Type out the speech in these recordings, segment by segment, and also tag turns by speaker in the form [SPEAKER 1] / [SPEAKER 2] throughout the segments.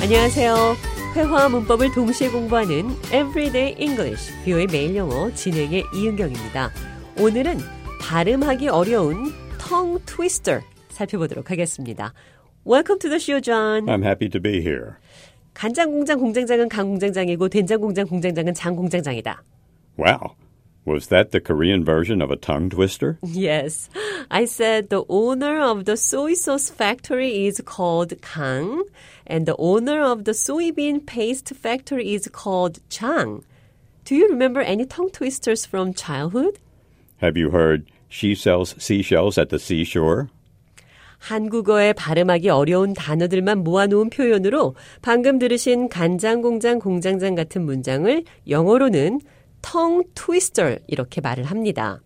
[SPEAKER 1] 안녕하세요. 회화와 문법을 동시에 공부하는 Everyday English, 뷰의 매일 영어 진행의 이은경입니다. 오늘은 발음하기 어려운 tongue twister 살펴보도록 하겠습니다. Welcome to the show, John.
[SPEAKER 2] I'm happy to be here.
[SPEAKER 1] 간장 공장 공장장은 강 공장장이고 된장 공장 공장장은 장 공장장이다.
[SPEAKER 2] Wow. Was that the Korean version of a tongue twister?
[SPEAKER 1] Yes. I said the owner of the soy sauce factory is called Kang, and the owner of the soybean paste factory is called Chang. Do you remember any tongue twisters from childhood?
[SPEAKER 2] Have you heard she sells seashells at the seashore?
[SPEAKER 1] 한국어에 발음하기 어려운 단어들만 모아놓은 표현으로 방금 들으신 간장 공장 공장장 같은 문장을 영어로는 tongue twister 이렇게 말을 합니다.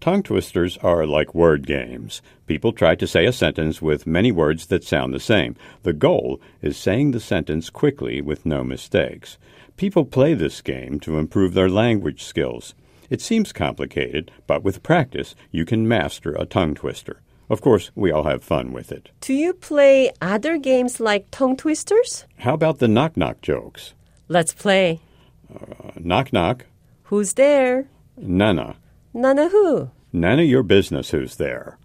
[SPEAKER 2] Tongue twisters are like word games. People try to say a sentence with many words that sound the same. The goal is saying the sentence quickly with no mistakes. People play this game to improve their language skills. It seems complicated, but with practice, you can master a tongue twister. Of course, we all have fun with it.
[SPEAKER 1] Do you play other games like tongue twisters?
[SPEAKER 2] How about the knock knock jokes?
[SPEAKER 1] Let's play.
[SPEAKER 2] Knock knock,
[SPEAKER 1] Who's there?
[SPEAKER 2] Nana.
[SPEAKER 1] 나나 후.
[SPEAKER 2] None of your business who's there.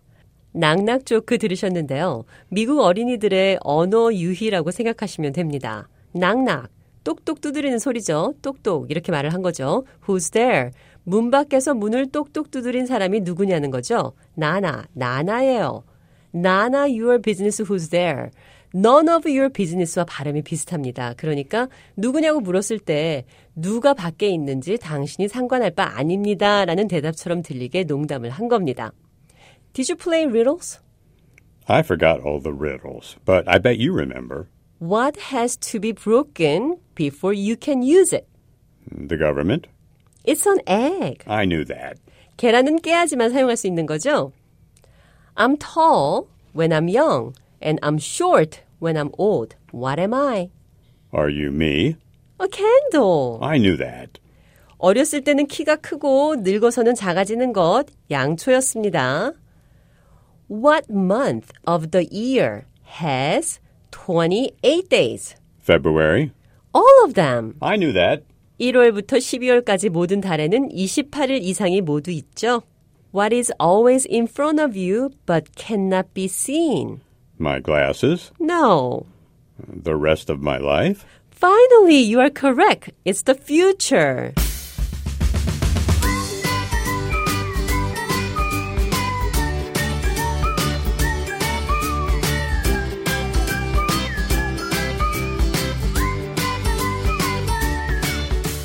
[SPEAKER 1] 낙낙 조크 들으셨는데요. 미국 어린이들의 언어 유희라고 생각하시면 됩니다. 낙낙. 똑똑 두드리는 소리죠. 똑똑. 이렇게 말을 한 거죠. Who's there? 문 밖에서 문을 똑똑 두드린 사람이 누구냐는 거죠. 나나. 나나예요. 나나 your business who's there. None of your business와 발음이 비슷합니다. 그러니까 누구냐고 물었을 때 누가 밖에 있는지 당신이 상관할 바 아닙니다. 라는 대답처럼 들리게 농담을 한 겁니다. Did you play riddles?
[SPEAKER 2] I forgot all the riddles, but I bet you remember.
[SPEAKER 1] What has to be broken before you can use it?
[SPEAKER 2] The government?
[SPEAKER 1] It's an egg.
[SPEAKER 2] I knew that.
[SPEAKER 1] 계란은 깨야지만 사용할 수 있는 거죠. I'm tall when I'm young, and I'm short when I'm old. What am I?
[SPEAKER 2] Are you me?
[SPEAKER 1] A candle.
[SPEAKER 2] I knew that.
[SPEAKER 1] 어렸을 때는 키가 크고 늙어서는 작아지는 것 양초였습니다. What month of the year has 28 days?
[SPEAKER 2] February?
[SPEAKER 1] All of them.
[SPEAKER 2] I knew that.
[SPEAKER 1] 1월부터 12월까지 모든 달에는 28일 이상이 모두 있죠. What is always in front of you but cannot be seen?
[SPEAKER 2] My glasses?
[SPEAKER 1] No.
[SPEAKER 2] The rest of my life?
[SPEAKER 1] Finally, you are correct. It's the future.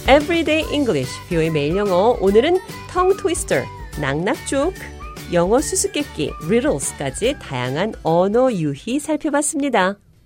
[SPEAKER 1] Everyday English, 뷰의 매일 영어. 오늘은 텅 트위스터, 낙낙죽, 영어 수수께끼, riddles까지 다양한 언어 유희 살펴봤습니다.